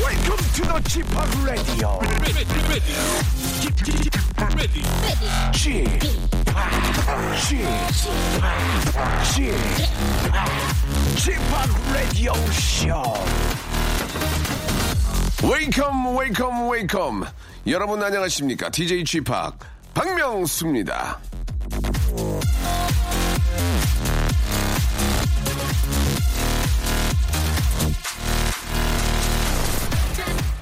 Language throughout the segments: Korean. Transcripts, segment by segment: Welcome to the Chip Radio. Chip Chip Radio Show. Welcome, welcome, welcome. 여러분 안녕하십니까? DJ Chip 박명수입니다.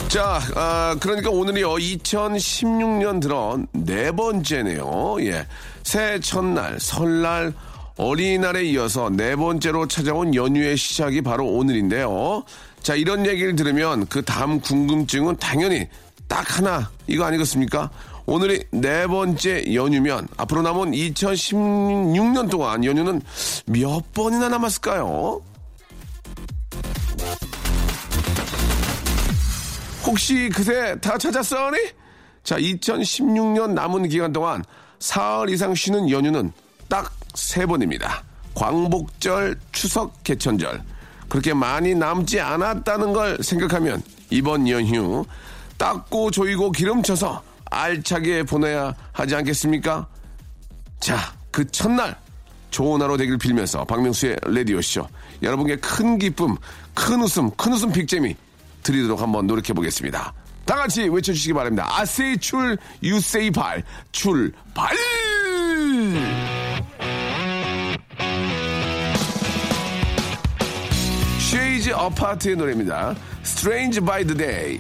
자, 아, 그러니까 오늘이요, 2016년 들어 네 번째네요. 예. 새해 첫날, 설날, 어린이날에 이어서 네 번째로 찾아온 연휴의 시작이 바로 오늘인데요. 자, 이런 얘기를 들으면 그 다음 궁금증은 당연히 딱 하나, 이거 아니겠습니까? 오늘이 네 번째 연휴면 앞으로 남은 2016년 동안 연휴는 몇 번이나 남았을까요? 혹시 그새 다 찾았어니? 자, 2016년 남은 기간 동안 사흘 이상 쉬는 연휴는 딱 세 번입니다. 광복절, 추석, 개천절. 그렇게 많이 남지 않았다는 걸 생각하면 이번 연휴 닦고 조이고 기름쳐서 알차게 보내야 하지 않겠습니까? 자, 그 첫날 좋은 하루 되길 빌면서 박명수의 라디오쇼 여러분께 큰 기쁨, 큰 웃음, 큰 웃음 빅재미 드리도록 한번 노력해 보겠습니다. 다 같이 외쳐주시기 바랍니다. 아세이 출, 유세이 발, 출, 발! 쉐이지 아파트의 노래입니다. Strange by the Day.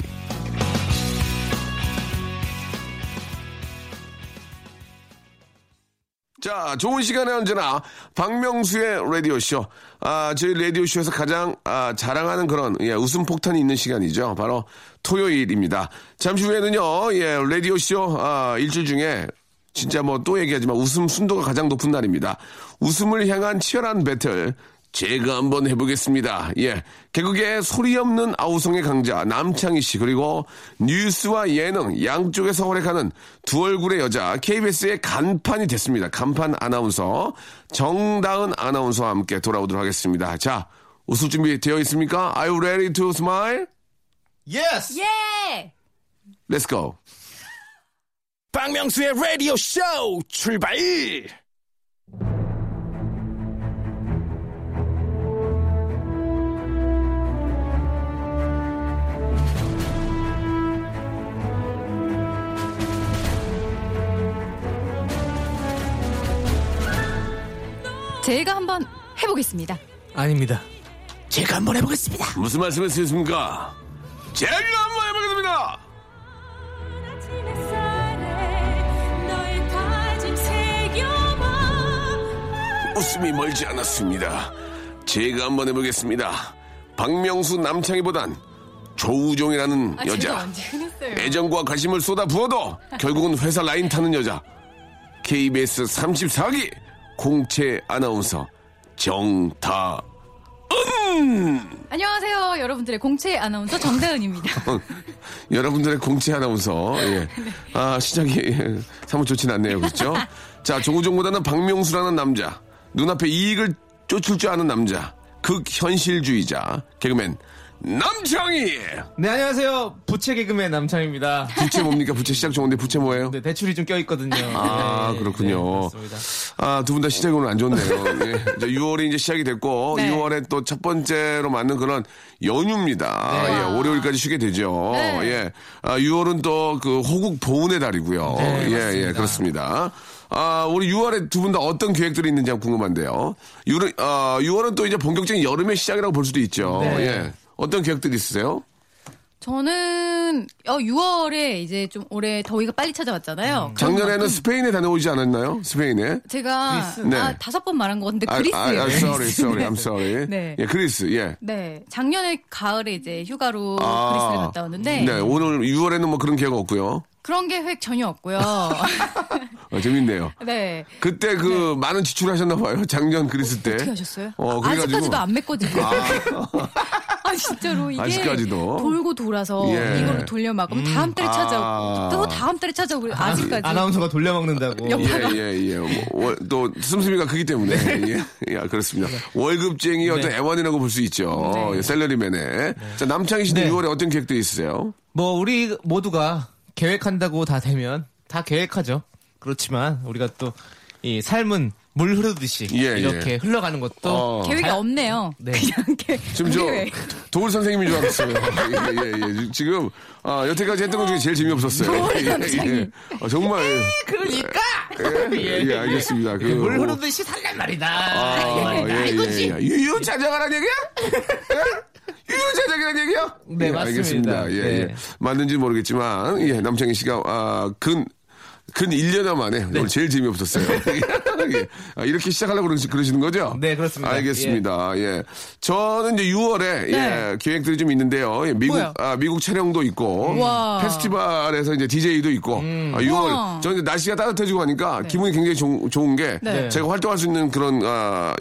자, 좋은 시간에 언제나 박명수의 라디오쇼. 아, 저희 라디오쇼에서 가장 아, 자랑하는 그런 예, 웃음 폭탄이 있는 시간이죠. 바로 토요일입니다. 잠시 후에는요, 예, 라디오쇼 아, 일주일 중에 진짜 뭐 또 얘기하지만 웃음 순도가 가장 높은 날입니다. 웃음을 향한 치열한 배틀. 제가 한번 해보겠습니다. 예. 개그계의 소리 없는 아우성의 강자, 남창희 씨, 그리고 뉴스와 예능, 양쪽에서 활약하는 두 얼굴의 여자, KBS의 간판이 됐습니다. 간판 아나운서, 정다은 아나운서와 함께 돌아오도록 하겠습니다. 자, 웃을 준비 되어 있습니까? Are you ready to smile? Yes! 네! 예! Let's go. 박명수의 라디오 쇼 출발! 제가 한번 해보겠습니다. 아닙니다. 제가 한번 해보겠습니다. 무슨 말씀을 쓰셨습니까? 제가 한번 해보겠습니다! 웃음이 멀지 않았습니다. 제가 한번 해보겠습니다. 박명수 남창희보단 조우종이라는 아, 제가 여자. 언제 끊었어요? 애정과 관심을 쏟아 부어도 결국은 회사 라인 타는 여자. KBS 34기 공채 아나운서 정다은. 안녕하세요, 여러분들의 공채 아나운서 정다은입니다. 여러분들의 공채 아나운서. 예. 아, 시작이 예, 사뭇 좋진 않네요. 그렇죠? 자, 조우종보다는 박명수라는 남자. 눈앞에 이익을 쫓을 줄 아는 남자. 극현실주의자. 개그맨 남창희. 네, 안녕하세요. 부채 개그맨 남창입니다. 부채 뭡니까? 부채 시작 좋은데 부채 뭐예요? 네, 대출이 좀 껴있거든요. 아, 네, 그렇군요. 네, 그렇습니다. 아, 두 분 다 시작이 오늘 안 좋네요. 예. 이제 6월이 이제 시작이 됐고, 네. 6월에 또 첫 번째로 맞는 그런 연휴입니다. 네. 예, 월요일까지 쉬게 되죠. 네. 예. 아, 6월은 또 그 호국 보훈의 달이고요. 네, 예, 맞습니다. 예, 그렇습니다. 아, 우리 6월에 두 분 다 어떤 계획들이 있는지 한번 궁금한데요. 6월, 아, 6월은 또 이제 본격적인 여름의 시작이라고 볼 수도 있죠. 네. 예. 어떤 계획들이 있으세요? 저는 어, 6월에 이제 좀 올해 더위가 빨리 찾아왔잖아요. 그런 음. 작년에는 만큼 스페인에 다녀오지 않았나요? 스페인에? 제가 그리스? 아, 네. 다섯 번 말한 것 같은데 아, 그리스. 아, I'm sorry, sorry, I'm sorry. 네. 예, 그리스, 예. 네, 작년에 가을에 이제 휴가로 아. 그리스를 갔다 왔는데 네, 오늘 6월에는 뭐 그런 기회가 없고요. 그런 계획 전혀 없고요. 어, 재밌네요. 네, 그때 그 많은 지출을 하셨나 봐요. 작년 그리스 때. 어떻게 하셨어요? 어, 그래가지고- 아직까지도 안 메꿔지고. 아. 진짜로 이게 아직까지도? 돌고 돌아서 예. 이거를 돌려 막 그럼 다음 달에 찾아오고 아. 또 다음 달에 찾아오고 그래. 아직까지 네. 아나운서가 돌려먹는다고. 예, 예, 예. 뭐, 월- 또, 씀씀이가 크기 때문에. 네. 예, 예, 그렇습니다. 월급쟁이 어떤 애완이라고 볼 수 있죠. 네. 예, 셀러리맨의. 자, 남창희 씨는 네. 6월에 어떤 계획도 있으세요? 뭐 우리 모두가 계획한다고 다 되면 다 계획하죠. 그렇지만 우리가 또 이 삶은 물 흐르듯이 예, 이렇게 흘러가는 것도 어. 계획이 다- 아, 없네요. 네. 그냥 계 지금 저 계획. 도울 선생님인 줄 알았어요. 예, 예, 예. 지금 아, 여태까지 했던 것 중에 제일 재미없었어요. 예, 예. 어, 정말 그러니까 예, 예, 예, 알겠습니다. 그, 물 흐르듯이 살란 말이다. 아, 이 예, 말이지. 예, 예. 유유 자작하란 얘기야? 예? 유유 자작이란 얘기야? 네, 예, 맞습니다. 알겠습니다. 예, 네. 예. 맞는지 모르겠지만 예, 남창희 씨가 아, 근. 근 1년여 만에 네. 오늘 제일 재미없었어요. 예. 아, 이렇게 시작하려고 그러시, 그러시는 거죠? 네, 그렇습니다. 알겠습니다. 예. 저는 이제 6월에 네. 예, 계획들이 좀 있는데요. 예, 미국 뭐야? 아, 미국 촬영도 있고 우와. 페스티벌에서 이제 DJ도 있고 음. 아, 6월 우와. 저는 이제 날씨가 따뜻해지고 하니까 기분이 굉장히 좋- 좋은 게 네. 제가 활동할 수 있는 그런 아,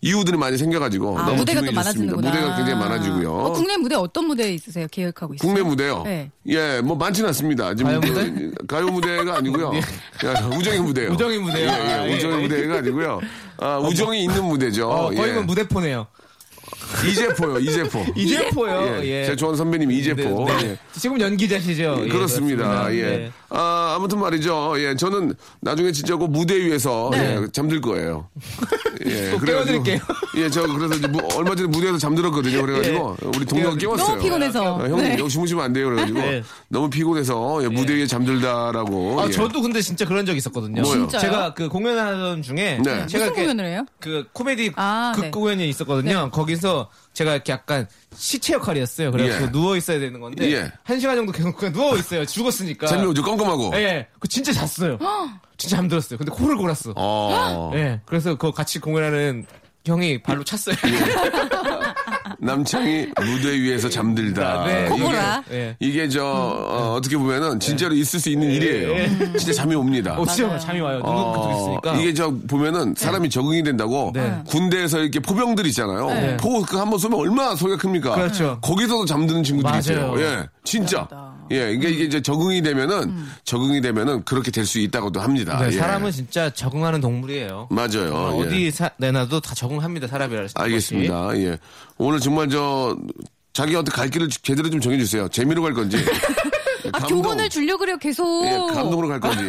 이유들이 많이 생겨가지고 아, 어, 너무 무대가 또 기분이 좋습니다. 많아지는구나. 무대가 굉장히 많아지고요. 어, 국내 무대 어떤 무대 있으세요? 계획하고 있어요? 국내 무대요. 네. 예, 뭐 많지는 않습니다. 지금 가요 그, 무대? 네. 가요 무대가 아니고요. 예, 우정의 무대요. 우정의 무대요. 예, 아, 예, 예. 우정의 무대가 아니고요. 아, 우정이 있는 무대죠. 어, 거의 예. 뭐 무대포네요. 이재포요, 이재포. 이재포요. 예, 예. 제 좋아하는 선배님 이재포. 네, 네. 예. 지금 연기자시죠? 예, 그렇습니다. 예. 네. 아, 아무튼 말이죠. 예, 저는 나중에 진짜 그 무대 위에서 네. 예, 잠들 거예요. 예, 또 그래가지고- 깨워드릴게요. 예, 저 그래서 이제 무- 얼마 전에 무대에서 잠들었거든요. 그래가지고 예. 우리 동료가 깨워드릴게요. 깨웠어요. 너무 피곤해서. 아, 형님 여기 주무시면 안 돼요. 그래가지고 네. 너무 피곤해서 예, 무대 위에 잠들다라고. 아, 예. 저도 근데 진짜 그런 적 있었거든요. 뭐요? 진짜요? 제가 그 공연하던 중에 네. 제가 무슨 이렇게 공연을 해요? 그 코미디 아, 극 네. 공연이 있었거든요. 거기서 제가 이렇게 약간 시체 역할이었어요. 그래서 예. 누워 있어야 되는 건데 예. 한 시간 정도 계속 그냥 누워 있어요. 죽었으니까. 잠이 오 껌껌하고. 예, 그 진짜 잤어요. 진짜 잠들었어요. 근데 코를 골았어. 어, 예, 그래서 그 같이 공연하는 형이 발로 찼어요. 예. 네. 남창이 무대 위에서 잠들다. 네. 이게- 코골아. 예. 이게 저 어, 떻게 보면은 진짜로 있을 수 네. 있는 일이에요. 진짜 잠이 옵니다. 어, 진짜 잠이 와요. 눈도 어, 그쪽 있으니까. 이게 저 보면은 사람이 적응이 된다고 네. 군대에서 이렇게 포병들 있잖아요. 포 그 한번 쏘면 얼마나 소리가 큽니까? 그렇죠. 거기서도 잠드는 친구들이 맞아요. 있어요. 예, 진짜. 예, 이게 이게 이제 적응이 되면은 음. 적응이 되면은 그렇게 될 수 있다고도 합니다. 네, 예. 사람은 진짜 적응하는 동물이에요. 맞아요. 어, 예. 디 내놔도 다 적응합니다. 사람이라서. 알겠습니다. 예. 오늘 정말 저 자기 어떻게 갈 길을 제대로 좀 정해주세요. 재미로 갈 건지. 예, 아, 감동. 교훈을 주려고 그래요, 계속. 예, 감동으로 갈 건지.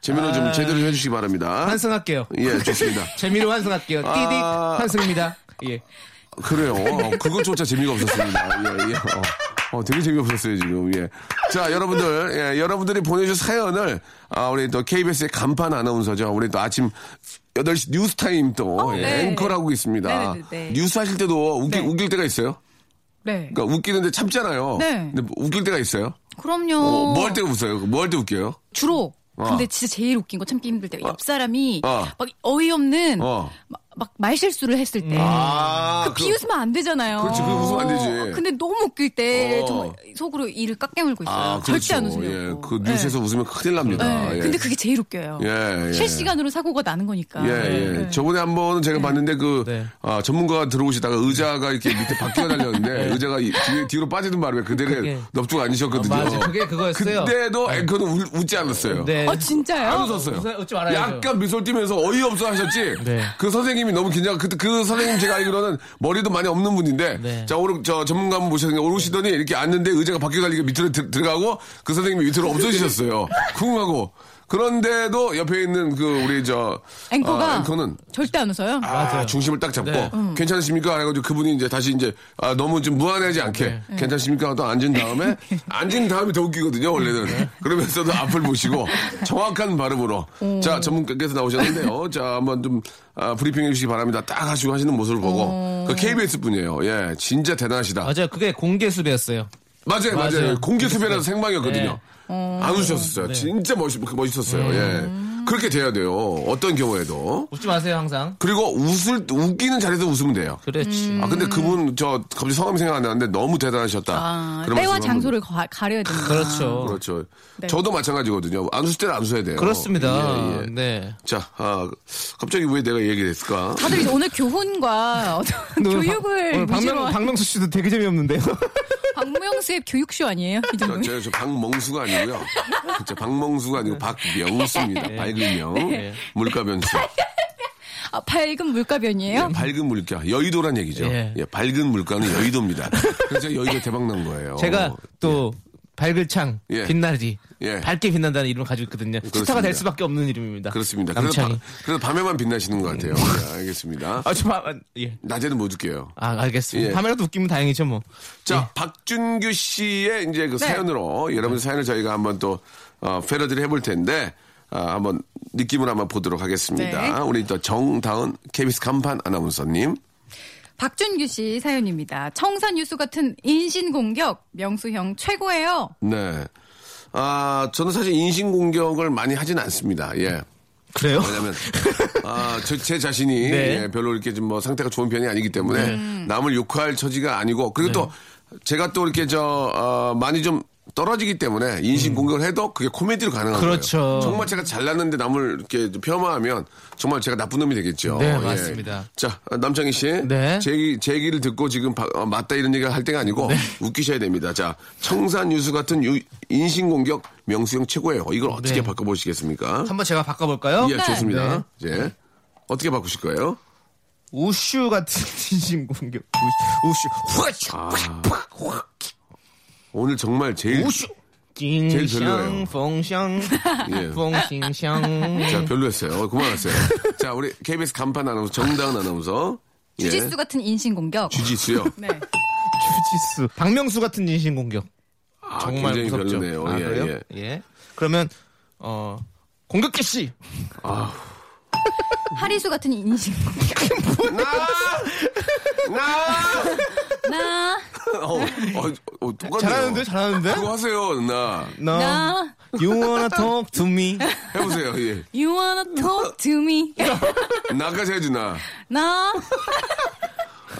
재미로 좀 제대로 해주시기 바랍니다. 환승할게요. 예, 좋습니다. 재미로 환승할게요. 띠딕 아. 환승입니다. 예. 그래요. 어, 그것조차 재미가 없었습니다. 예, 예. 어, 어, 되게 재미없었어요, 지금. 예. 자, 여러분들, 예, 여러분들이 보내주신 사연을, 아, 우리 또 KBS의 간판 아나운서죠. 우리 또 아침 8시 뉴스타임 또, 예, 네. 앵커를 하고 있습니다. 네, 네, 네. 뉴스 하실 때도 웃기, 네. 웃길 때가 있어요? 네. 그러니까 웃기는데 참잖아요. 네. 근데 뭐 웃길 때가 있어요? 그럼요. 뭐 할 때가 웃어요? 뭐 할 때 웃겨요? 주로. 어. 근데 진짜 제일 웃긴 거 참기 힘들 때. 옆 사람이 어. 막 어이없는 아. 어. 막, 막 말실수를 했을 때. 아, 음. 그 비웃으면 안 되잖아요. 그렇지, 그거 웃으면 안 되지. 어, 근데 너무 웃길 때 어. 정말 속으로 이를 깎아물고 있어요. 아, 절대 그렇죠. 안 예, 웃으려고. 그 뉴스에서 웃으면 큰일 납니다. 네. 예. 근데 그게 제일 웃겨요. 예, 예. 실시간으로 사고가 나는 거니까. 아, 예, 예. 네. 저번에 한 번은 제가 봤는데 그, 네. 아, 전문가가 들어오시다가 의자가 이렇게 밑에 바퀴가 달렸는데 의자가 이- 뒤에, 뒤로 빠지는 바람에 그대로 예. 그게- 넙죽 앉으셨거든요. 맞아. 그게 그거였어요. 그때도 앵커는 울- 웃지 않았어요. 네. 아, 진짜요? 안 웃었어요. 웃어- 웃지 말아야죠. 약간 미소를 띠면서 어이없어 하셨지. 네. 그 선생님이 너무 긴장. 그때 그 선생님 제가 알기로는 머리도 많이 없는 분인데, 네. 자 오르 저 전문가 한분 모셨는데 오르시더니 이렇게 앉는데 의자가 바뀌어 갈리니까 밑으로 들, 어가고그 선생님이 밑으로 없어지셨어요. 쿵하고. 그런데도 옆에 있는 그 우리 저 앵커가 아, 앵커는 절대 안 웃어요. 아, 중심을 딱 잡고 음. 네. 괜찮으십니까? 해가지고 그분이 이제 다시 이제 아, 너무 좀 무안해하지 않게 괜찮습니까? 하고 또 앉은 다음에 앉은 다음에 더 웃기거든요 원래는 그러면서도 앞을 보시고 정확한 발음으로 자 전문가께서 나오셨는데요 자 한번 좀 아, 브리핑해 주시기 바랍니다 딱 하시고 하시는 모습을 보고 그 KBS 분이에요 예 진짜 대단하시다 아, 맞아요. 그게 공개수배였어요. 맞아요, 맞아요. 음. 맞아요. 공개 수배라서 생방이었거든요. 네. 안 우셨었어요. 진짜 멋있, 멋있었어요. 예. 그렇게 돼야 돼요. 어떤 경우에도. 웃지 마세요 항상. 그리고 웃을, 웃기는 자리에서 웃으면 돼요. 그렇지. 아, 근데 그분, 저, 갑자기 성함이 생각 안 나는데 너무 대단하셨다. 음. 아, 그런 말씀 때와 한번- 장소를 가, 가려야 된다. 그렇죠. 그렇죠. 네. 저도 마찬가지거든요. 안 웃을 때는 안 웃어야 돼요. 그렇습니다. 예, 예. 네. 자, 아, 갑자기 왜 내가 얘기를 했을까? 다들 이제 오늘 교훈과 어떤 교육을 박명, 무시로 박명수 씨도 되게 재미없는데요. 박명수의 교육쇼 아니에요? 이 저, 정도면? 저, 저 박멍수가 아니고요. 저 박멍수가 아니고 박명수입니다. 예. 밝은 명. 물가 변수. 그렇죠. 예, 아, 밝은 물가변이에요? 밝은 물가. 여의도란 얘기죠. 예. 예, 밝은 물가는 여의도입니다. 그래서 제가 여의도 대박 난 거예요. 제가 또 밝을 창, 어, 예. 빛나리, 예. 밝게 빛난다는 이름을 가지고 있거든요. 스타가 될 수밖에 없는 이름입니다. 그렇습니다. 그래서, 남창이. 밤- 그래서 밤에만 빛나시는 것 같아요. 예, 알겠습니다. 아, 저, 아, 예. 낮에는 뭐 못 웃겨요. 아, 알겠습니다. 예. 밤에라도 웃기면 다행이죠, 뭐. 자, 박준규 씨의 이제 그 사연으로 여러분 사연을 저희가 한번 또 어, 패러디를 해볼 텐데 아, 한번 느낌을 한번 보도록 하겠습니다. 네. 우리 또 정다은 KBS 간판 아나운서님. 박준규 씨 사연입니다. 청산 뉴스 같은 인신공격, 명수형 최고예요. 네. 아, 저는 사실 인신공격을 많이 하진 않습니다. 예. 그래요? 왜냐면, 아, 저, 제 자신이 네. 예, 별로 이렇게 좀 뭐 상태가 좋은 편이 아니기 때문에 남을 욕할 처지가 아니고 네. 그리고 또 제가 또 이렇게 저, 어, 많이 좀 떨어지기 때문에 인신공격을 해도 그게 코미디로 가능한 음. 그렇죠. 거예요. 정말 제가 잘났는데 남을 이렇게 좀 폄하하면 정말 제가 나쁜 놈이 되겠죠. 예. 네, 맞습니다. 자, 남창희 씨. 네. 제, 얘기- 제 얘기를 듣고 지금 바- 어, 맞다 이런 얘기를 할 때가 아니고 웃기셔야 됩니다. 자, 청산 유수 같은 유- 인신공격 명수형 최고예요. 이걸 어떻게 네. 바꿔보시겠습니까? 한번 제가 바꿔볼까요? 예, 네. 좋습니다. 예. 어떻게 바꾸실 거예요? 우슈 같은 인신 공격. 우슈. 우슈. 후아슈. 오늘 정말 제일 우슈. 제일 별로예요. 징샹, 펑샹, 예. 펑싱샹. 자, 별로였어요. 어, 그만하세요. 자, 우리 KBS 간판 아나운서 정다은 아나운서. 예. 주짓수 같은 인신공격. 주짓수요. 네. 주짓수. 박명수 같은 인신 공격. 아, 정말 굉장히 무섭죠. 별로네요. 아, 예, 그래요? 예. 예. 그러면 어 공격 개씨. 하리수 같은 인신공격. 나! 나! 나, 어, 어, 어, 똑같네요. 잘하는데 잘하는데. 그거 하세요, 나. 너 나, You wanna talk to me. 해보세요, 예. you wanna talk to me. 나까지 해야지, 나. 나,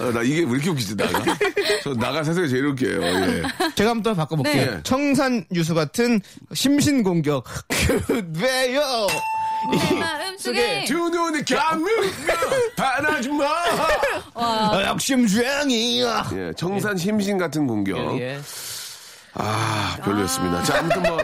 아, 나 이게 왜 이렇게 웃기지, 나가? 저 나가 사세요, 제일 웃겨요, 예. 제가 한번 또 바꿔볼게요. 네. 청산 유수 같은 심신 공격. 그래요. 내 마음 속에. 두 눈이 감으 바라지 마! 아, 욕심주행이야. 예, 청산 심신 같은 공격. 예, 아, 별로였습니다. 자, 아무튼 뭐,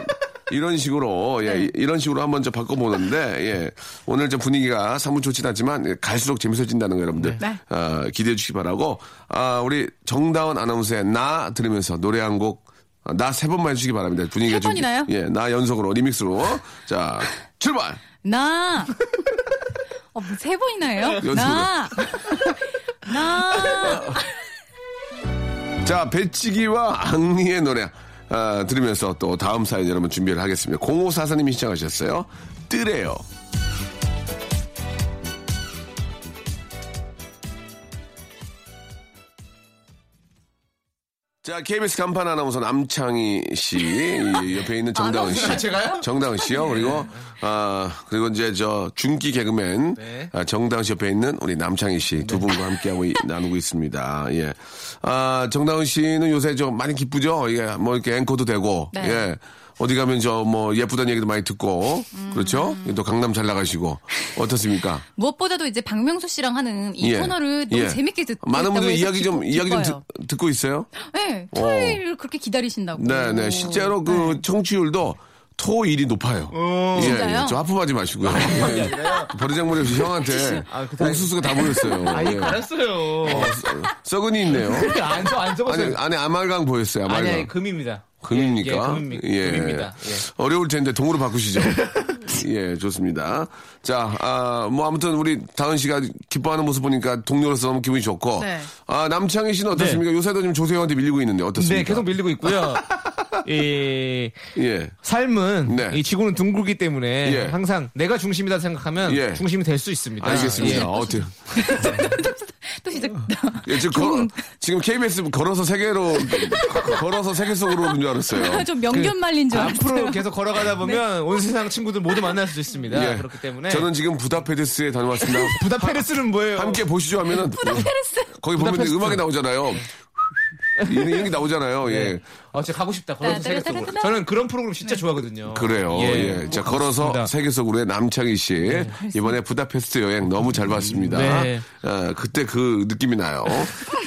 이런 식으로, 예, 네. 이- 이런 식으로 한번 좀 바꿔보는데, 예, 오늘 저 분위기가 사뭇 좋진 않지만, 예, 갈수록 재밌어진다는 거 여러분들, 네. 어, 기대해 주시기 바라고, 아, 우리 정다운 아나운서의 나 들으면서 노래 한 곡, 어, 나 세 번만 해주시기 바랍니다. 분위기가 세 번이나요? 예, 나 연속으로, 리믹스로. 자, 출발! 나. 어, 뭐세 번이나 해요? 연습으로. 나. 나. 자, 배치기와 앙리의 노래, 아, 들으면서 또 다음 사연 여러분 준비를 하겠습니다. 0544님이 시청하셨어요. 뜨래요. 자, KBS 간판 아나운서 남창희 씨, 이 옆에 있는 정다은 씨. 제가요? 정다은 씨요. 그리고, 아, 그리고 이제 저 중기 개그맨 네. 아, 정다은 씨 옆에 있는 우리 남창희 씨 두 분과 함께하고 이- 나누고 있습니다. 예. 아, 정다은 씨는 요새 좀 많이 기쁘죠? 예, 뭐 이렇게 앵커도 되고. 네. 예. 어디 가면 저 뭐 예쁘다는 얘기도 많이 듣고. 음. 그렇죠? 또 강남 잘 나가시고. 어떻습니까? 무엇보다도 이제 박명수 씨랑 하는 이 예. 코너를 너무 예. 재밌게 네, 듣고 많은 분들이 있다고 해서 이야기 좀, 기뻐- 이야기 좀 기뻐요. 듣- 듣고 있어요? 네, 토요일을 그렇게 기다리신다고. 네, 네. 실제로 그 청취율도 토일이 높아요. 예, 진짜요? 예, 저 하품하지 마시고요. 예. 버리장머리 없이 형한테 아, 그 다행이다. 옥수수가 다 보였어요. 예. 알았어요. 썩은이 있네요. 아, 안 써, 안 안에, 써봤어요. 안에 아말강 보였어요. 아말강. 아니, 아니, 금입니다. 금입니까? 예, 예, 금입니다. 금입니다. 예. 어려울 텐데 동으로 바꾸시죠. 예, 좋습니다. 자, 아, 뭐 아무튼 우리 다은 씨가 기뻐하는 모습 보니까 동료로서 너무 기분이 좋고. 네. 아, 남창희 씨는 어떻습니까? 요새도 지금 조세호한테 밀리고 있는데 어떻습니까? 네, 계속 밀리고 있고요. 이 예. 삶은 네. 이 지구는 둥글기 때문에 예. 항상 내가 중심이다 생각하면 예. 아, 중심이 될 수 있습니다. 알겠습니다. 예. 어때요? 또 시작. 예, 지금, 걸어, 지금 KBS 걸어서 세계로, 걸어서 세계 속으로 오는 줄 알았어요. 좀그 명견 말린 줄 알았어요. 예. 앞으로 계속 걸어가다 보면 온 세상 친구들 모두 만날 수 있습니다. 예. 그렇기 때문에 저는 지금 부다페스트에 다녀왔습니다. 부다페르스는 뭐예요? 함께 보시죠 하면은 페레스. 거기 보면 부다페스트. 네. 음악이 나오잖아요. 이런 이런 게 나오잖아요. 예. 아, 제가 가고 싶다. 걸어서 따, 세계 따, 따, 따, 속으로. 따. 저는 그런 프로그램 진짜 좋아하거든요. 그래요. 예. 자, 걸어서 그렇습니다. 세계 속으로의 남창희 씨. 이번에 부다페스트 여행 너무 잘 봤습니다. 네. 아, 그때 그 느낌이 나요.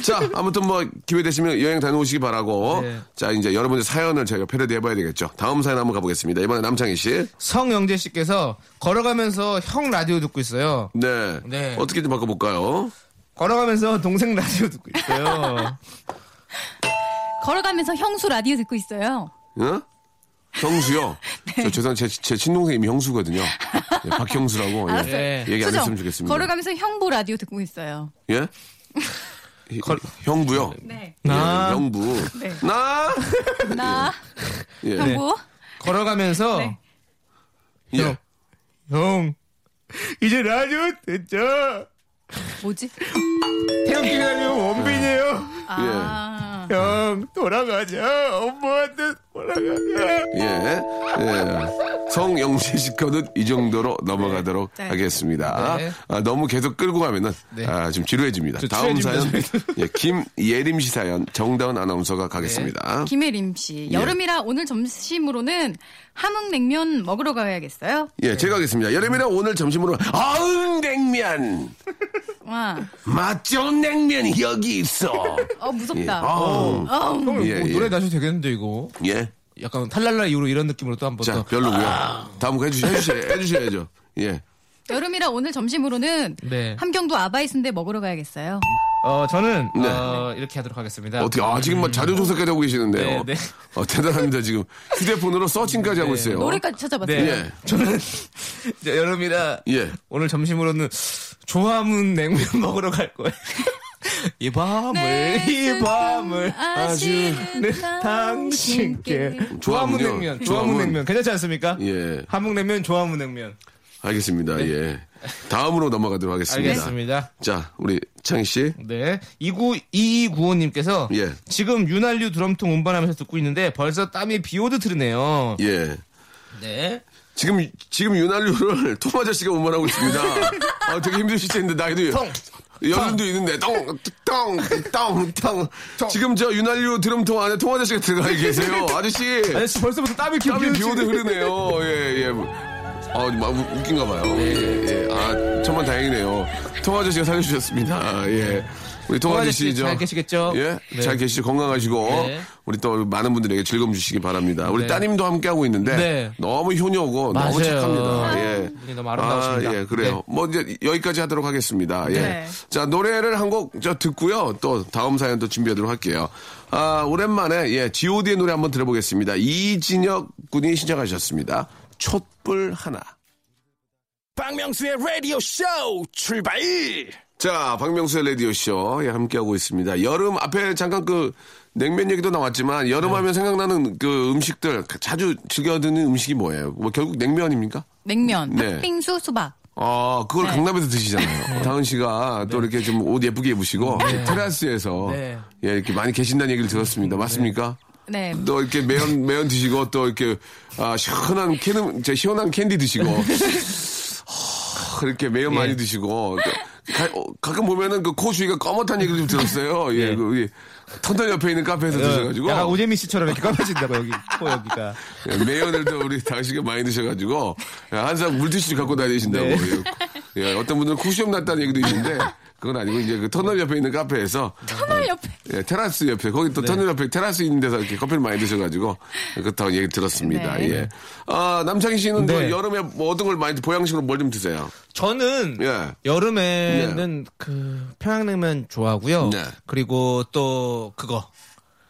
자, 아무튼 뭐 기회 되시면 여행 다녀오시기 바라고. 네. 자, 이제 여러분들 사연을 저희가 패러디 해봐야 되겠죠. 다음 사연 한번 가보겠습니다. 이번에 남창희 씨. 성영재 씨께서 걸어가면서 형 라디오 듣고 있어요. 네. 네. 어떻게 좀 바꿔볼까요? 걸어가면서 동생 라디오 듣고 있어요. 걸어가면서 형수 라디오 듣고 있어요. 응? 형수요? 네. 저 죄송한 제, 제 친동생 이미 형수거든요. 예, 박형수라고. 예. 알았어요. 예. 얘기 안 수정, 했으면 좋겠습니다. 걸어가면서 형부 라디오 듣고 있어요. 예? 형부요? 네. 예, 나. 형부. 네. 나? 나 예. 네. 형부. 걸어가면서 네. 예. 형 이제 라디오 됐죠? 뭐지? 태극기 라디오 원빈이에요. 아. 형 돌아가자. 엄마한테 돌아가자. 어, 예. 예. 성영재 씨 거는 이 정도로 넘어가도록 네. 하겠습니다. 네. 아, 너무 계속 끌고 가면은 네. 아, 좀 지루해집니다. 저 다음 사연. 취해집니다, 예, 김예림 씨 사연 정다운 아나운서가 가겠습니다. 네. 김혜림 씨, 예. 여름이라 오늘 점심으로는 함흥냉면 먹으러 가야겠어요. 예, 제가 하겠습니다. 여름이라 오늘 점심으로 아흥 냉면. 와, 맛 좋은 냉면이 여기 있어. 어 예. 무섭다. 아흥. 어, 형 예, 뭐 예. 노래 나셔도 되겠는데 이거. 예. 약간 탈랄라 이후로 이런 느낌으로 또 한번 자, 더. 별로고요. 다음 거 해주셔, 해주셔, 해주셔야죠. 예. 여름이라 오늘 점심으로는 네. 함경도 아바이순대 먹으러 가야겠어요. 어 저는 네. 어, 이렇게 하도록 하겠습니다. 어떻게, 아, 지금 막 자료 조사까지 하고 계시는데요. 네, 네. 어, 대단합니다, 지금. 휴대폰으로 서칭까지 하고 있어요. 노래까지 찾아봤어요. 네. 예. 저는 이제 여름이라 예. 오늘 점심으로는 조화문 냉면 먹으러 갈 거예요. 이 밤을 내 이 밤을 네. 아주 아시는 네, 당신께. 당신께 조화문 조화문요. 조화문. 냉면 조화문 냉면 괜찮지 않습니까? 예. 함흥 냉면 조화문 냉면 알겠습니다, 예. 다음으로 넘어가도록 하겠습니다. 알겠습니다. 자, 우리 창희 씨. 네. 29 2295님께서 예. 지금 윤활유 드럼통 운반하면서 듣고 있는데 벌써 땀이 비오듯 흐르네요. 예. 네. 지금, 지금 윤활유를 톰 아저씨가 운반하고 있습니다. 아, 되게 힘드실 텐데, 나이도. 연륜도 있는데, 똥, 똥, 똥, 똥. 지금 저 윤활유 드럼통 안에 톰 아저씨가 들어가 계세요. 아저씨. 아저씨 벌써부터 땀이 이렇게 예. 땀이 비 비오듯 오듯 흐르네요. 예, 예. 아, 막 웃- 웃긴가 봐요. 예, 예. 아, 정말 다행이네요. 통화 아저씨가 살려주셨습니다. 예. 우리 통화 통화 아저씨 아저씨 저- 잘 계시겠죠? 예. 네. 잘 계시죠. 건강하시고. 네. 우리 또 많은 분들에게 즐거움 주시기 바랍니다. 우리 네. 따님도 함께하고 있는데. 네. 너무 효녀고. 너무 맞아요. 착합니다. 예. 분이 너무 아름다우십니다. 네. 아, 예, 그래요. 뭐 이제 여기까지 하도록 하겠습니다. 예. 네. 자, 노래를 한 곡 저 듣고요. 또 다음 사연 또 준비하도록 할게요. 아, 오랜만에 예, GOD의 의 노래 한번 들어보겠습니다. 이진혁 군이 신청하셨습니다. 촛불 하나. 박명수의 라디오 쇼 출발. 자, 박명수의 라디오쇼 예, 함께하고 있습니다. 여름 앞에 잠깐 그 냉면 얘기도 나왔지만 여름 네. 하면 생각나는 그 음식들 자주 즐겨 드는 음식이 뭐예요? 뭐 결국 냉면입니까? 냉면, 네. 팥빙수, 수박. 아, 그걸 강남에서 드시잖아요. 다은 씨가 또 이렇게 좀 옷 예쁘게 입으시고 테라스에서 네. 예, 이렇게 많이 계신다는 얘기를 들었습니다. 맞습니까? 네. 또 이렇게 매연 매연 드시고 또 이렇게 아, 시원한 캔 제, 시원한 캔디 드시고 하, 그렇게 매연 많이 드시고 가, 끔 보면은 그 코 주위가 검었다는 얘기를 좀 들었어요. 예, 그 우리 턴턴 옆에 있는 카페에서 드셔가지고 네. 약간 오재민 씨처럼 이렇게 까매진다고 여기 코 여기가. 예, 매연을 또 우리 당신이 많이 드셔가지고 예, 항상 물티슈 갖고 다니신다고 예, 예, 어떤 분들은 코시험 났다는 얘기도 있는데 그건 아니고 이제 그 터널 옆에 있는 카페에서 터널 옆에. 예, 테라스 옆에 거기 또 터널 옆에 테라스 있는 데서 이렇게 커피를 많이 드셔가지고 그렇다고 얘기 들었습니다. 네. 예. 아 남창희 씨는 네. 뭐 여름에 뭐 어떤 걸 많이 보양식으로 뭘 좀 드세요? 저는 예. 여름에는 그 평양냉면 좋아하고요. 네. 그리고 또 그거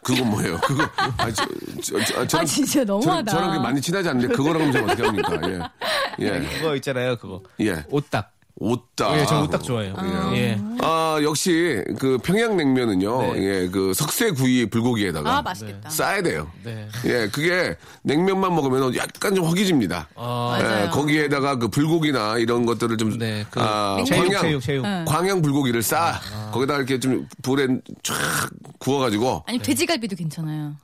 그건 뭐예요? 그거 아, 저, 저, 저, 아, 저는- 아, 진짜 저는- 너무하다. 저는 그게 많이 친하지 않는데 그거랑 좀 어떻게 합니까? 예. 예. 그거 있잖아요. 그거 예. 오딱. 옷다. 네. 예, 저는 오딱 좋아해요. 예. 아, 역시 그 평양냉면은요. 네. 예, 그 석쇠구이 불고기에다가 아, 맛있겠다. 싸야 돼요. 네. 예, 그게 냉면만 먹으면 약간 좀 허기집니다. 아, 맞아요. 예, 거기에다가 그 불고기나 이런 것들을 좀 네, 그 아, 체육, 아. 광양 체육, 체육. 광양 불고기를 싸 거기다 이렇게 좀 불에 쫙 구워가지고 아니 돼지갈비도 괜찮아요.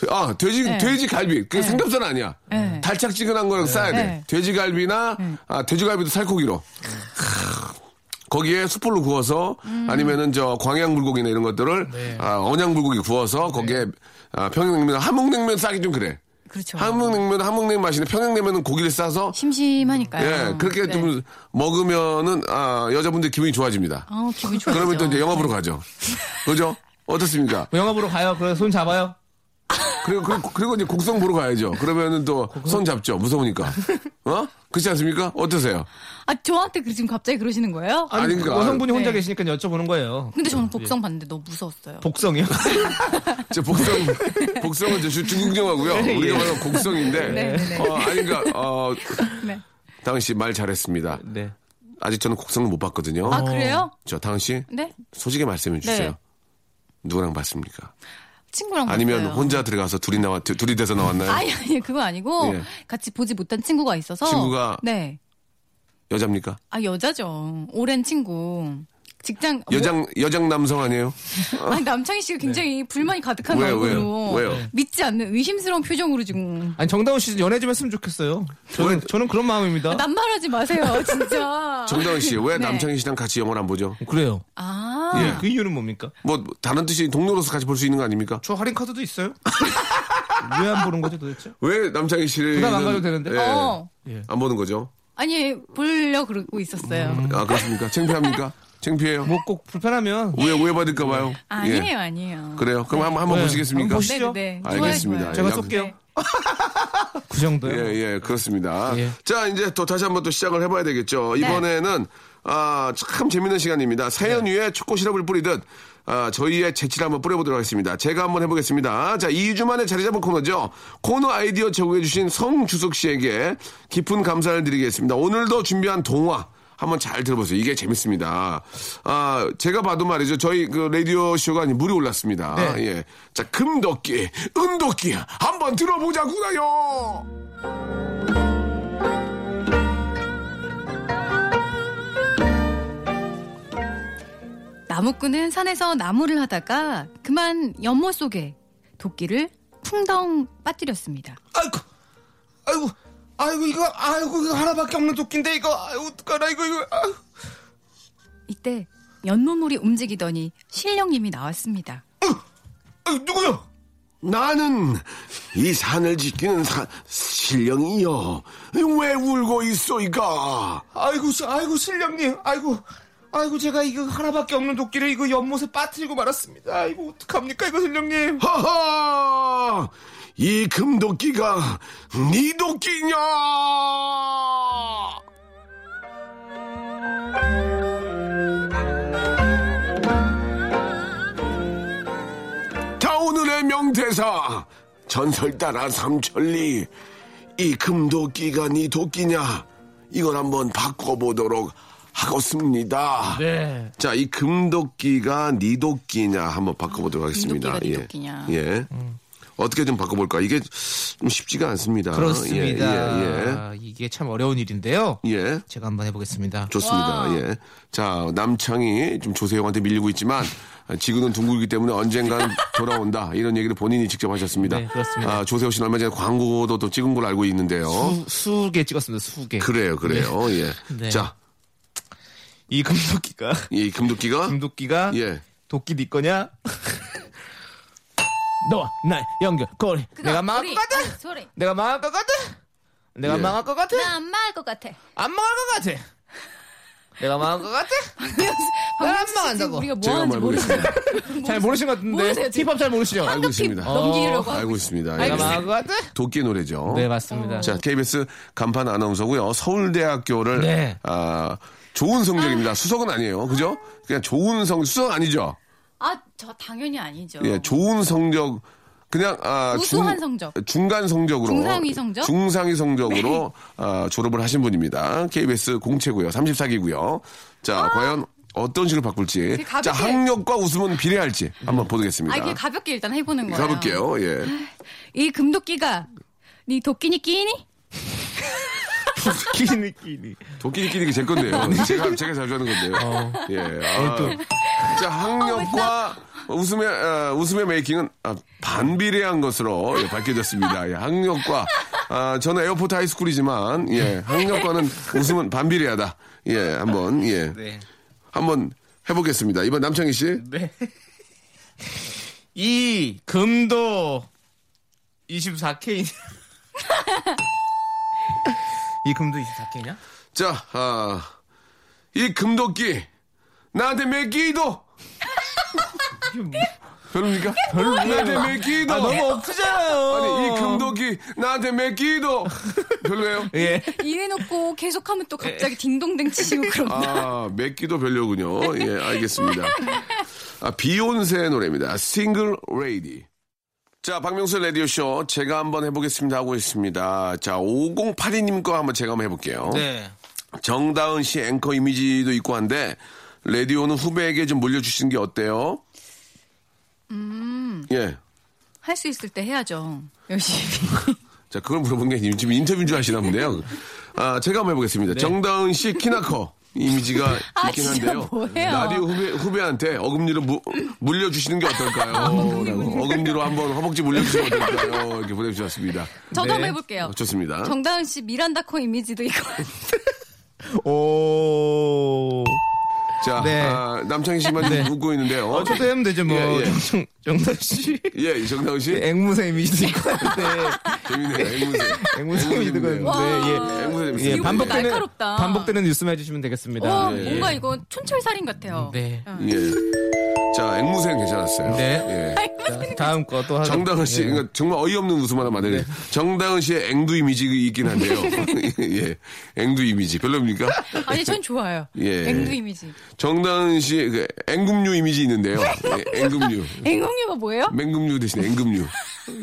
돼- 아 돼지 네. 돼지 갈비 그게 삼겹살 아니야 네. 달짝지근한 거랑 싸야 돼 네. 돼지 갈비나 아, 돼지 갈비도 살코기로 크으. 거기에 숯불로 구워서 음. 아니면은 저 광양 불고기나 이런 것들을 네. 아, 언양 불고기 구워서 거기에 아, 평양냉면 함흥냉면 싸기 좀 그래 그렇죠. 함흥냉면 함흥냉면 맛인데 평양냉면은 고기를 싸서 심심하니까요. 예 그렇게 네. 좀 먹으면은 아, 여자분들 기분이 좋아집니다 아, 기분 좋죠. 그러면 또 이제 영화 보러 가죠 그죠 어떻습니까 영화 보러 가요. 그래 손 잡아요. 그리고, 그리고, 그리고 이제 곡성 보러 가야죠. 그러면은 또 손 잡죠. 무서우니까. 어? 그렇지 않습니까? 어떠세요? 아, 저한테 그- 지금 갑자기 그러시는 거예요? 아니, 그러니까. 여성분이 혼자 네. 계시니까 여쭤보는 거예요. 근데 저는 복성 봤는데 너무 무서웠어요. 복성이요? 저 복성, 복성은 저 주- 중국영화고요. 우리가 말하는 곡성인데. 예. 네, 네, 네. 어, 아니, 그러니까, 어, 네. 당시 말 잘했습니다. 네. 아직 저는 곡성을 못 봤거든요. 어. 아, 그래요? 저 당시 네? 솔직히 말씀해 주세요. 네. 누구랑 봤습니까? 친구랑 아니면 봤어요. 혼자 들어가서 둘이 나와, 둘이 돼서 나왔나요? 아니 아니 그거 아니고 예. 같이 보지 못한 친구가 있어서 친구가- 네. 여자입니까? 아 여자죠. 오랜 친구. 직장 여장, 여장 남성 아니에요? 뭐- 아니 남창희 씨가 굉장히 네. 불만이 가득한 왜요, 얼굴로 왜요? 왜요? 믿지 않는 의심스러운 표정으로 지금 아니 정다운 씨 연애 좀 했으면 좋겠어요. 저는 저는 그런 마음입니다. 남발하지 마세요 진짜. 아. 정다은 씨, 왜 네. 남창희 씨랑 같이 영화를 안 보죠? 그래요. 아 예. 그 이유는 뭡니까? 뭐, 다른 뜻이 동료로서 같이 볼 수 있는 거 아닙니까? 저 할인 카드도 있어요. 왜 안 보는 거죠 도대체? 왜 남창희 씨를 부담 안 가도 되는데. 예, 어. 예. 안 보는 거죠? 아니 보려 그러고 있었어요. 아 그렇습니까? 창피합니까? 창피해요? 뭐 꼭 불편하면 오해 오해 받을까 봐요. 아니에요 예. 아니에요. 그래요? 그럼 한번 한번 네. 보시겠습니까? 한번 보시- 보시죠. 네, 네. 좋아요, 알겠습니다. 좋아요. 제가 약- 쏠게요. 네. 그 정도요. 예, 예, 그렇습니다. 예. 네. 자, 이제 또 다시 한번 또 시작을 해봐야 되겠죠. 이번에는, 아, 참 재밌는 시간입니다. 사연 네. 위에 초코 시럽을 뿌리듯, 아, 저희의 재치를 한번 뿌려보도록 하겠습니다. 제가 한번 해보겠습니다. 자, 2주 만에 자리 잡은 코너죠. 코너 아이디어 제공해주신 성주석 씨에게 깊은 감사를 드리겠습니다. 오늘도 준비한 동화. 한번 잘 들어보세요. 이게 재밌습니다. 아, 제가 봐도 말이죠. 저희 그 라디오 쇼가 이제 물이 올랐습니다. 네. 예. 자, 금도끼, 은도끼 한번 들어보자구나요. 나무꾼은 산에서 나무를 하다가 그만 연못 속에 도끼를 풍덩 빠뜨렸습니다. 아이고, 아이고, 아이고 이거 아이고 이거 하나밖에 없는 도끼인데 이거 아이고 어떡하나 이거 이거. 아이고. 이때 연못물이 움직이더니 신령님이 나왔습니다. 아이고, 누구요? 나는 이 산을 지키는 사, 신령이여. 왜 울고 있소이까? 아이고 시- 아이고 신령님 아이고 아이고 제가 이거 하나밖에 없는 도끼를 이거 연못에 빠뜨리고 말았습니다. 아이고 어떡합니까 이거 신령님. 하하! 이 금도끼가 네 도끼냐? 자, 오늘의 명대사. 전설 따라 삼천리. 이 금도끼가 네 도끼냐? 이걸 한번 바꿔보도록 하겠습니다. 네. 자, 이 금도끼가 니도끼냐 한번 바꿔보도록 하겠습니다. 금도끼가 음, 니도끼냐. 예. 예. 음. 어떻게 좀 바꿔볼까? 이게 좀 쉽지가 않습니다. 그렇습니다. 예, 이게 참 어려운 일인데요. 예, 예. 예. 제가 한번 해보겠습니다. 좋습니다. 예. 자, 남창이 지금 조세호한테 밀리고 있지만 지금은 둥글기 때문에 언젠간 돌아온다. 이런 얘기를 본인이 직접 하셨습니다. 네, 그렇습니다. 아, 조세호 씨는 얼마 전에 광고도 또 찍은 걸로 알고 있는데요. 네. 수, 수개 찍었습니다. 수개. 그래요, 그래요. 예. 네. 자, 이 금도끼가 이 금도끼가 금도끼가 예. 뭐 도끼 네 거냐? 너와 날 연결 거리. 내가 망할 것 같아. 소리. 내가 망할 것 같아. 내가 예. 망할 것 같아. 나안 말할 것 같아. 안 망할 것 같아. 내가 망할 것 같아. 나안 망한다고. 우리가 뭐 제가 하는지 한번 모르겠어요. 해보겠습니다. 잘 모르신 것 같은데. 모르세요, 지금? 아, 힙합 잘 모르시죠? 알고 있습니다. 넘기려고 하고 알고 있습니다. 내가 예. 망할 것 같아. 도끼 노래죠. 네 어. 맞습니다. 자, KBS 간판 아나운서고요. 서울대학교를 네. 아, 좋은 성적입니다. 수석은 아니에요. 그죠? 그냥 좋은 성 수석 아니죠. 아, 저 당연히 아니죠. 예, 좋은 성적 그냥 아, 어. 우수한 성적. 중간 성적으로 중상위 성적? 네. 중상위 성적으로 아, 졸업을 하신 분입니다. KBS 공채고요. 34기고요. 자, 아. 과연 어떤 식으로 바꿀지. 되게 가볍게. 자, 학력과 웃음은 비례할지 한번 아, 보겠습니다. 이게 가볍게 일단 해보는 거예요. 가볼게요. 예. 이 금도끼가 네 도끼니 끼니? 끼니끼니. 도끼리끼리 제 건데요. 제가, 제가 자주 하는 건데요. 어. 예. 아, 자, 학력과 웃음의, 어, 웃음의 메이킹은 아, 반비례한 것으로 예, 밝혀졌습니다. 예, 학력과, 아, 저는 에어포트 하이스쿨이지만, 예, 학력과는 웃음은 반비례하다. 예, 한번, 예. 네. 한번 해보겠습니다. 이번 남창희 씨. 네. 이 금도 24K냐? 이 금도 24K냐? 자, 아, 이 금도끼, 나한테 매끼도! 별로입니까? 별로 나한테 매끼도! 뭐- 아, 네. 너무 없으잖아요. 아니 이 금도끼 나한테 맡기도 별로예요? 예. 이래놓고 계속하면 또 갑자기 딩동댕 치시고 그런다. 예. 아 맡기도 별로군요. 예 알겠습니다. 아 비욘세의 노래입니다. 싱글 레이디. 자 박명수 라디오 쇼 제가 한번 해보겠습니다 하고 있습니다. 자 5082님 거 한번 제가 한번 해볼게요. 네. 정다은 씨 앵커 이미지도 있고 한데 라디오는 후배에게 좀 물려주시는 게 어때요? 예. 할 수 있을 때 해야죠. 열심히. 자, 그걸 물어본 게 아니고 지금 인터뷰인 줄 아시나 본데요. 아, 제가 한번 해보겠습니다. 네. 정다은 씨 키나 커. 이미지가 아, 있긴 진짜 한데요. 뭐예요? 라디오 후배, 후배한테 어금니로 무- 물려주시는 게 어떨까요? 아, 라고. 어금니로 한번 허벅지 물려주시면 어떨까요? 이렇게 보내주셨습니다. 저도 네. 한번 해볼게요. 어, 좋습니다. 정다은 씨 미란다 코 이미지도 이거. 오. 자, 네. 아, 남창희 씨만 좀 웃고 있는데요. 어, 저도 하면 되죠, 뭐. 예, 예. 정, 정선 씨. 예, 정다은 씨. 그 앵무새 이미지도 있고 한데. 재밌네요. 앵무새. 앵무새 이미지도 있고 한데. 앵무새 재밌어요. 예. 예, 이거 반복되는, 날카롭다. 반복되는 뉴스만 해주시면 되겠습니다. 예. 어, 뭔가 이거 촌철살인 같아요. 네. 예. 자, 앵무새는 괜찮았어요. 네. 예. 자, 다음 거 또 하나. 정다은 씨, 예. 그러니까 정말 어이없는 웃음 하나 만들어. 정다은 씨의 앵두 이미지가 있긴 한데요. 예, 앵두 이미지 별로입니까? 아니, 전 좋아요. 예. 앵두 이미지. 정다은 씨의 그 앵금류 이미지 있는데요. 예, 앵금류, 앵홍유가 뭐예요? 맹금류 대신 앵금류.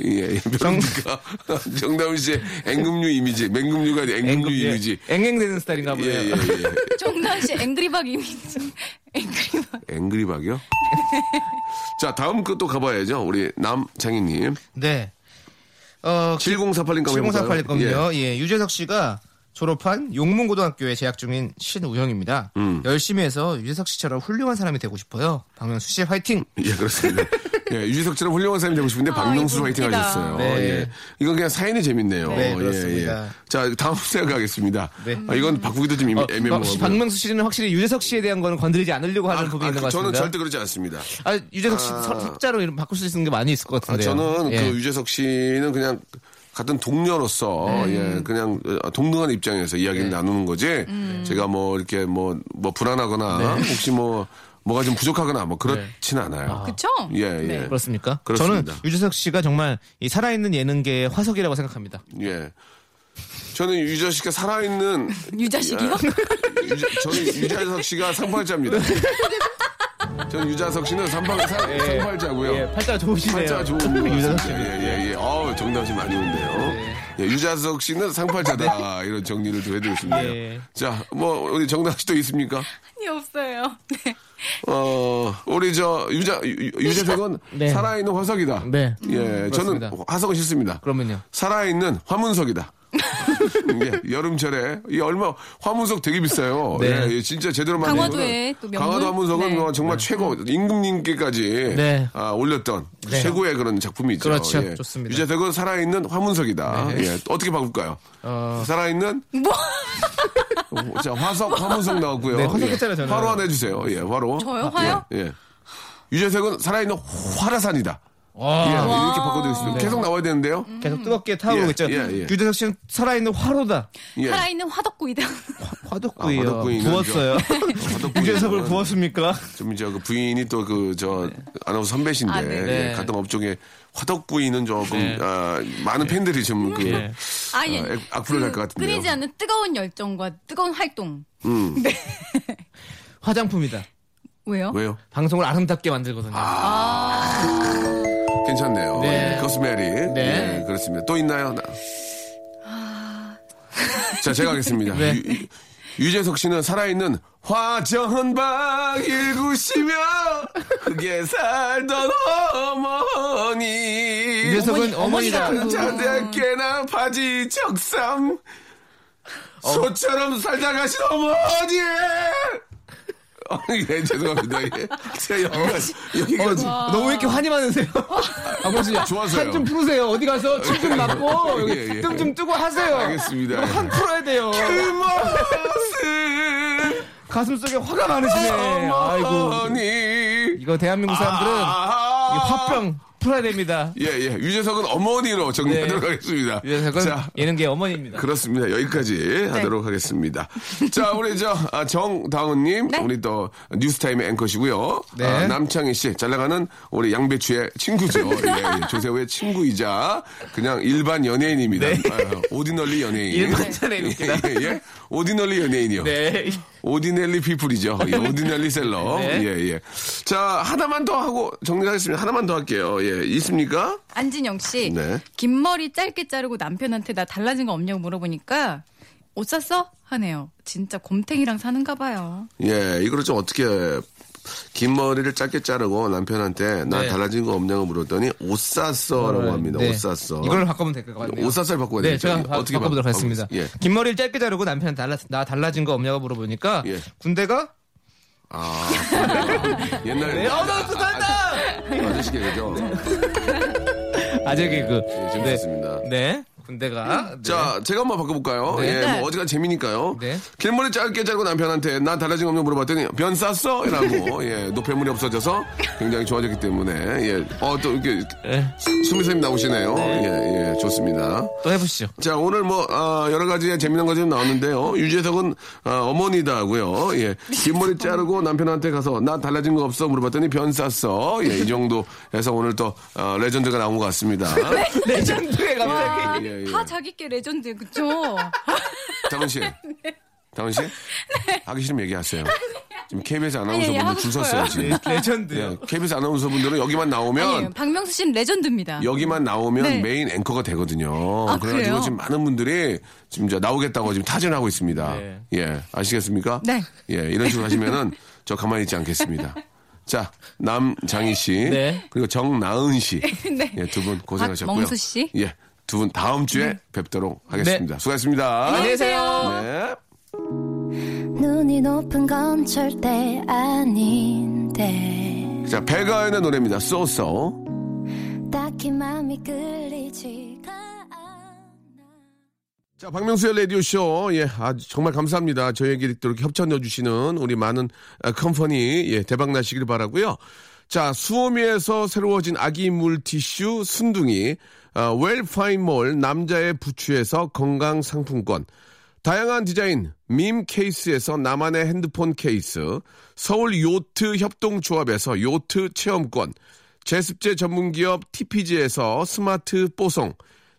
예, 예, 별로입니까? 정다은 씨의 앵금류 이미지, 맹금류가 아니라 앵금류 예. 이미지. 앵앵대는 스타일인가 예, 보네요. 예, 예. 정다은 씨 앵그리박 이미지. 앵그리박. 앵그리박이요? 자, 다음 거 또 가봐야죠. 우리 남창희님. 네. 어, 7048님 가면 7048일 겁니다. 예. 유재석 씨가 졸업한 용문고등학교에 재학 중인 신우영입니다. 음. 열심히 해서 유재석 씨처럼 훌륭한 사람이 되고 싶어요. 박명수 씨 화이팅! 예, 그렇습니다. 예, 유재석처럼 훌륭한 사람이 되고 싶은데 박명수 아, 이거 화이팅 웃기다. 하셨어요. 네. 예. 이건 그냥 사연이 재밌네요. 네, 예, 그렇습니다. 예. 자, 다음 사연 가겠습니다. 네. 아, 이건 바꾸기도 좀 어, 애매모호하고. 혹시 박명수 씨는 확실히 유재석 씨에 대한 거는 건드리지 않으려고 하는 부분이 있는 것 아, 저는 같습니다. 절대 그러지 않습니다. 아, 유재석 씨 석- 석자로 이름 바꿀 수 있는 게 많이 있을 것 아, 같은데요. 저는 예. 그 유재석 씨는 그냥 같은 동료로서 음. 예, 그냥 어, 동등한 입장에서 네. 이야기를 나누는 거지 음. 제가 뭐 이렇게 뭐 뭐 불안하거나 네. 혹시 뭐 뭐가 좀 부족하거나 뭐 그렇진 않아요. 그쵸? 예, 예. 네. 그렇습니까? 그렇습니다. 저는 유재석 씨가 정말 이 살아있는 예능계의 화석이라고 생각합니다. 예. 저는 유재석 씨가 살아있는 유자식이요? 예. 유자- 저는 유자석 씨가 삼팔자입니다. 저는 유자석 씨는 삼팔, 삼, 삼팔자고요. 예, 팔자 좋으시네요. 팔자 좋은 것 같습니다. 유재석 씨. 예, 예, 예. 어우, 정답이 많이 온대요. 예, 유자석 씨는 상팔자다. 이런 정리를 좀 해드렸습니다. 네. 예. 자, 뭐, 우리 정답 씨도 있습니까? 아니, 없어요. 네. 어, 우리 저, 유자, 유- 유재석은 네. 살아있는 화석이다. 네. 예, 저는 그렇습니다. 화석은 싫습니다. 그러면요. 살아있는 화문석이다. 예, 여름철에 이 얼마 화문석 되게 비싸요. 네. 예, 예, 진짜 제대로 만든 강화도에 거는 또 명물? 강화도 화문석은 네. 뭐 정말 최고 임금님께까지 네. 아, 올렸던 네. 최고의 그런 작품이죠. 예. 그렇죠. 좋습니다. 네. 유재석은 살아있는 화문석이다. 예, 어떻게 바꿀까요? 어, 살아있는 어, 뭐? 자, 화석 화문석 나왔고요. 네, 화석했잖아요, 예, 저는. 화로 하나 해주세요. 예, 화로. 저요? 화요? 예. 예. 유재석은 살아있는 화라산이다. 예, 아. 와. 이렇게 바꿔드리겠습니다. 네. 계속 나와야 되는데요. 음. 계속 뜨겁게 타오르고 예, 있죠. 예, 예. 유재석 씨는 살아있는 화로다. 예. 살아있는 화덕구이다. 화덕구이요. 아, 화덕구이는 구웠어요. 화덕구이는 유재석을 저는- 구웠습니까? 좀 이제 그 부인이 또 그 저 아나운서 선배신데 아, 네. 네. 예, 같은 업종에 화덕 부인은 조금 네. 아, 많은 팬들이 지금 그 예. 아예. 아, 악- 악플을 달 것 같은데요. 그 끊이지 않는 뜨거운 열정과 뜨거운 활동. 화장품이다. 왜요? 왜요? 방송을 아름답게 만들거든요. 괜찮네요. 네. 예, 코스메리. 네. 예, 그렇습니다. 또 있나요? 나- 아. 자, 제가 하겠습니다. 네. 유, 재석 씨는 살아있는 화전방 일구시며 흙에 살던 어머니. 아, 유재석은 어머니다. 자작깨나 바지 적삼 소처럼 살다 가신 어머니! 어, 예, 죄송합니다. 예. 제가 여기까지, 어, 여기까지. 너무 왜 이렇게 환이 많으세요? 아버지, 좋아서요. 한좀 풀으세요. 어디 가서 침 좀 맞고, 예, 예, 예. 뜸 좀 뜨고 하세요. 알겠습니다. 이거 환 풀어야 돼요. 그 모습, 가슴 속에 화가 많으시네. 아이고. 어머니. 이거 대한민국 사람들은 아. 이 화병 풀어야 됩니다. 예, 예. 유재석은 어머니로 정리하도록 네. 하겠습니다. 유재석은 자, 예능계 어머니입니다. 그렇습니다. 여기까지 하도록 하겠습니다. 자, 우리 저 아, 정다은님, 우리 또 뉴스타임의 앵커시고요. 네. 아, 남창희 씨, 잘 나가는 우리 양배추의 친구죠. 예, 예. 조세호의 친구이자 그냥 일반 연예인입니다. 아, 오디널리 연예인. 네. 일반 연예인 웃기다. 예, 예, 예. 오디널리 연예인이요. 네. 오디넬리 피플이죠. 예, 오디넬리 셀러. 네. 예, 예. 자, 하나만 더 하고 정리하겠습니다. 하나만 더 할게요. 예, 있습니까? 안진영 씨, 네. 긴 머리 짧게 자르고 남편한테 나 달라진 거 없냐고 물어보니까 옷 샀어? 하네요. 진짜 곰탱이랑 사는가 봐요. 예, 이거를 좀 어떻게 긴 머리를 짧게 자르고 남편한테 나 네. 달라진 거 없냐고 물었더니 옷 샀어라고 합니다. 네. 옷 샀어. 이걸로 바꾸면 될 것 같네요. 옷 샀어를 바꿔야 네, 되겠죠. 제가 이게 바, 어떻게 바꿔보도록 바- 하겠습니다. 바꾸- 예. 긴 머리를 짧게 자르고 남편 달라, 나 달라진 거 없냐고 물어보니까 예. 군대가 아, 옛날에 네, 어, 나 부산다! 아저씨 네. 개그죠. 아재 개그. 예, 재밌었습니다. 네, 네, 군대가. 네. 자, 제가 한번 바꿔볼까요? 네. 예, 뭐 어제가 재미니까요. 네. 긴 머리 짧게 자르고 남편한테 나 달라진 거 없냐고 물어봤더니 변 쌌어? 이라고 예, 노폐물이 없어져서 굉장히 좋아졌기 때문에 예, 어, 또 이렇게 네, 수미 선생님 나오시네요. 예, 예, 좋습니다. 또 해보시죠. 자, 오늘 뭐, 아, 여러 가지의 재미난 것들이 나왔는데요. 유재석은, 아, 어머니다고요. 예. 긴 머리 자르고 남편한테 가서 나 달라진 거 없어? 물어봤더니 변 쌌어. 예, 이 정도 해서 오늘 또, 아, 레전드가 나온 것 같습니다. 레전드에 갑자기. 예, 예. 아, 다 자기께 레전드 그쵸? 다은 네. 씨. 다은 씨? 하기 싫으면 얘기하세요. 지금 KBS 아니, 아나운서분들 하고 줄 싶어요. 섰어요, 네, 지금. 레전드요. 예, KBS 아나운서분들은 여기만 나오면 아니에요. 박명수 씨는 레전드입니다. 여기만 나오면 네. 메인 앵커가 되거든요. 아, 그래가지고 그래요? 지금 많은 분들이 지금 이제 나오겠다고 지금 타진하고 있습니다. 네. 예, 아시겠습니까? 네. 예, 이런 식으로 하시면은 저 가만히 있지 않겠습니다. 자, 남장희 씨, 네. 그리고 정나은 씨, 네. 예, 두 분 고생하셨고요. 박명수 씨. 네. 예, 두 분 다음 주에 뵙도록 하겠습니다. 네. 수고하셨습니다. 안녕히 계세요. 네. 눈이 높은 건 절대 아닌데 자, 배가연의 노래입니다. 쏘쏘. 딱히 마음이 끌리지가 않아 자, 박명수의 라디오쇼. 예, 아, 정말 감사합니다. 저희에게 또 이렇게 협찬해주시는 우리 많은 아, 컴퍼니, 예, 대박나시길 바라고요 자, 수오미에서 새로워진 아기 물티슈 순둥이, 아, 웰파인몰 남자의 부추에서 건강 상품권, 다양한 디자인, 밈 케이스에서 나만의 핸드폰 케이스, 서울 요트 협동조합에서 요트 체험권, 제습제 전문기업 TPG에서 스마트 뽀송,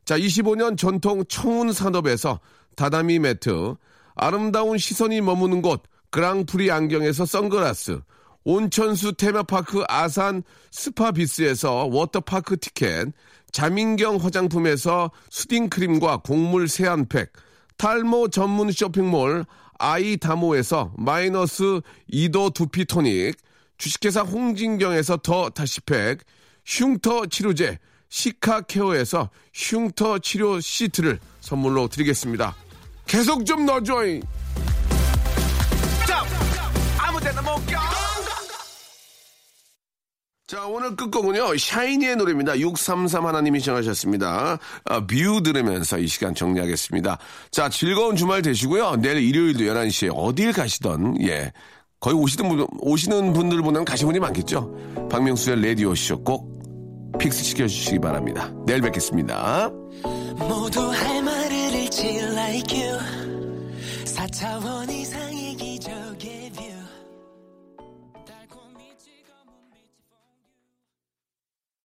자 25년 전통 청운 산업에서 다다미 매트, 아름다운 시선이 머무는 곳 그랑프리 안경에서 선글라스, 온천수 테마파크 아산 스파비스에서 워터파크 티켓, 자민경 화장품에서 수딩크림과 곡물 세안팩, 탈모 전문 쇼핑몰 아이다모에서 마이너스 2도 두피 토닉, 주식회사 홍진경에서 더 다시팩, 흉터 치료제 시카케어에서 흉터 치료 시트를 선물로 드리겠습니다. 계속 좀 넣어줘잉! 자, 오늘 끝곡은요, 샤이니의 노래입니다. 633 하나님이 정하셨습니다. 아, 뷰 들으면서 이 시간 정리하겠습니다. 자, 즐거운 주말 되시고요. 내일 일요일도 11시에 어딜 가시던, 예. 거의 오시는 분, 오시는 분들보다는 가신 분이 많겠죠. 박명수의 라디오쇼 꼭 픽스 시켜주시기 바랍니다. 내일 뵙겠습니다. 모두 할 말을 잃지 like you 사차원이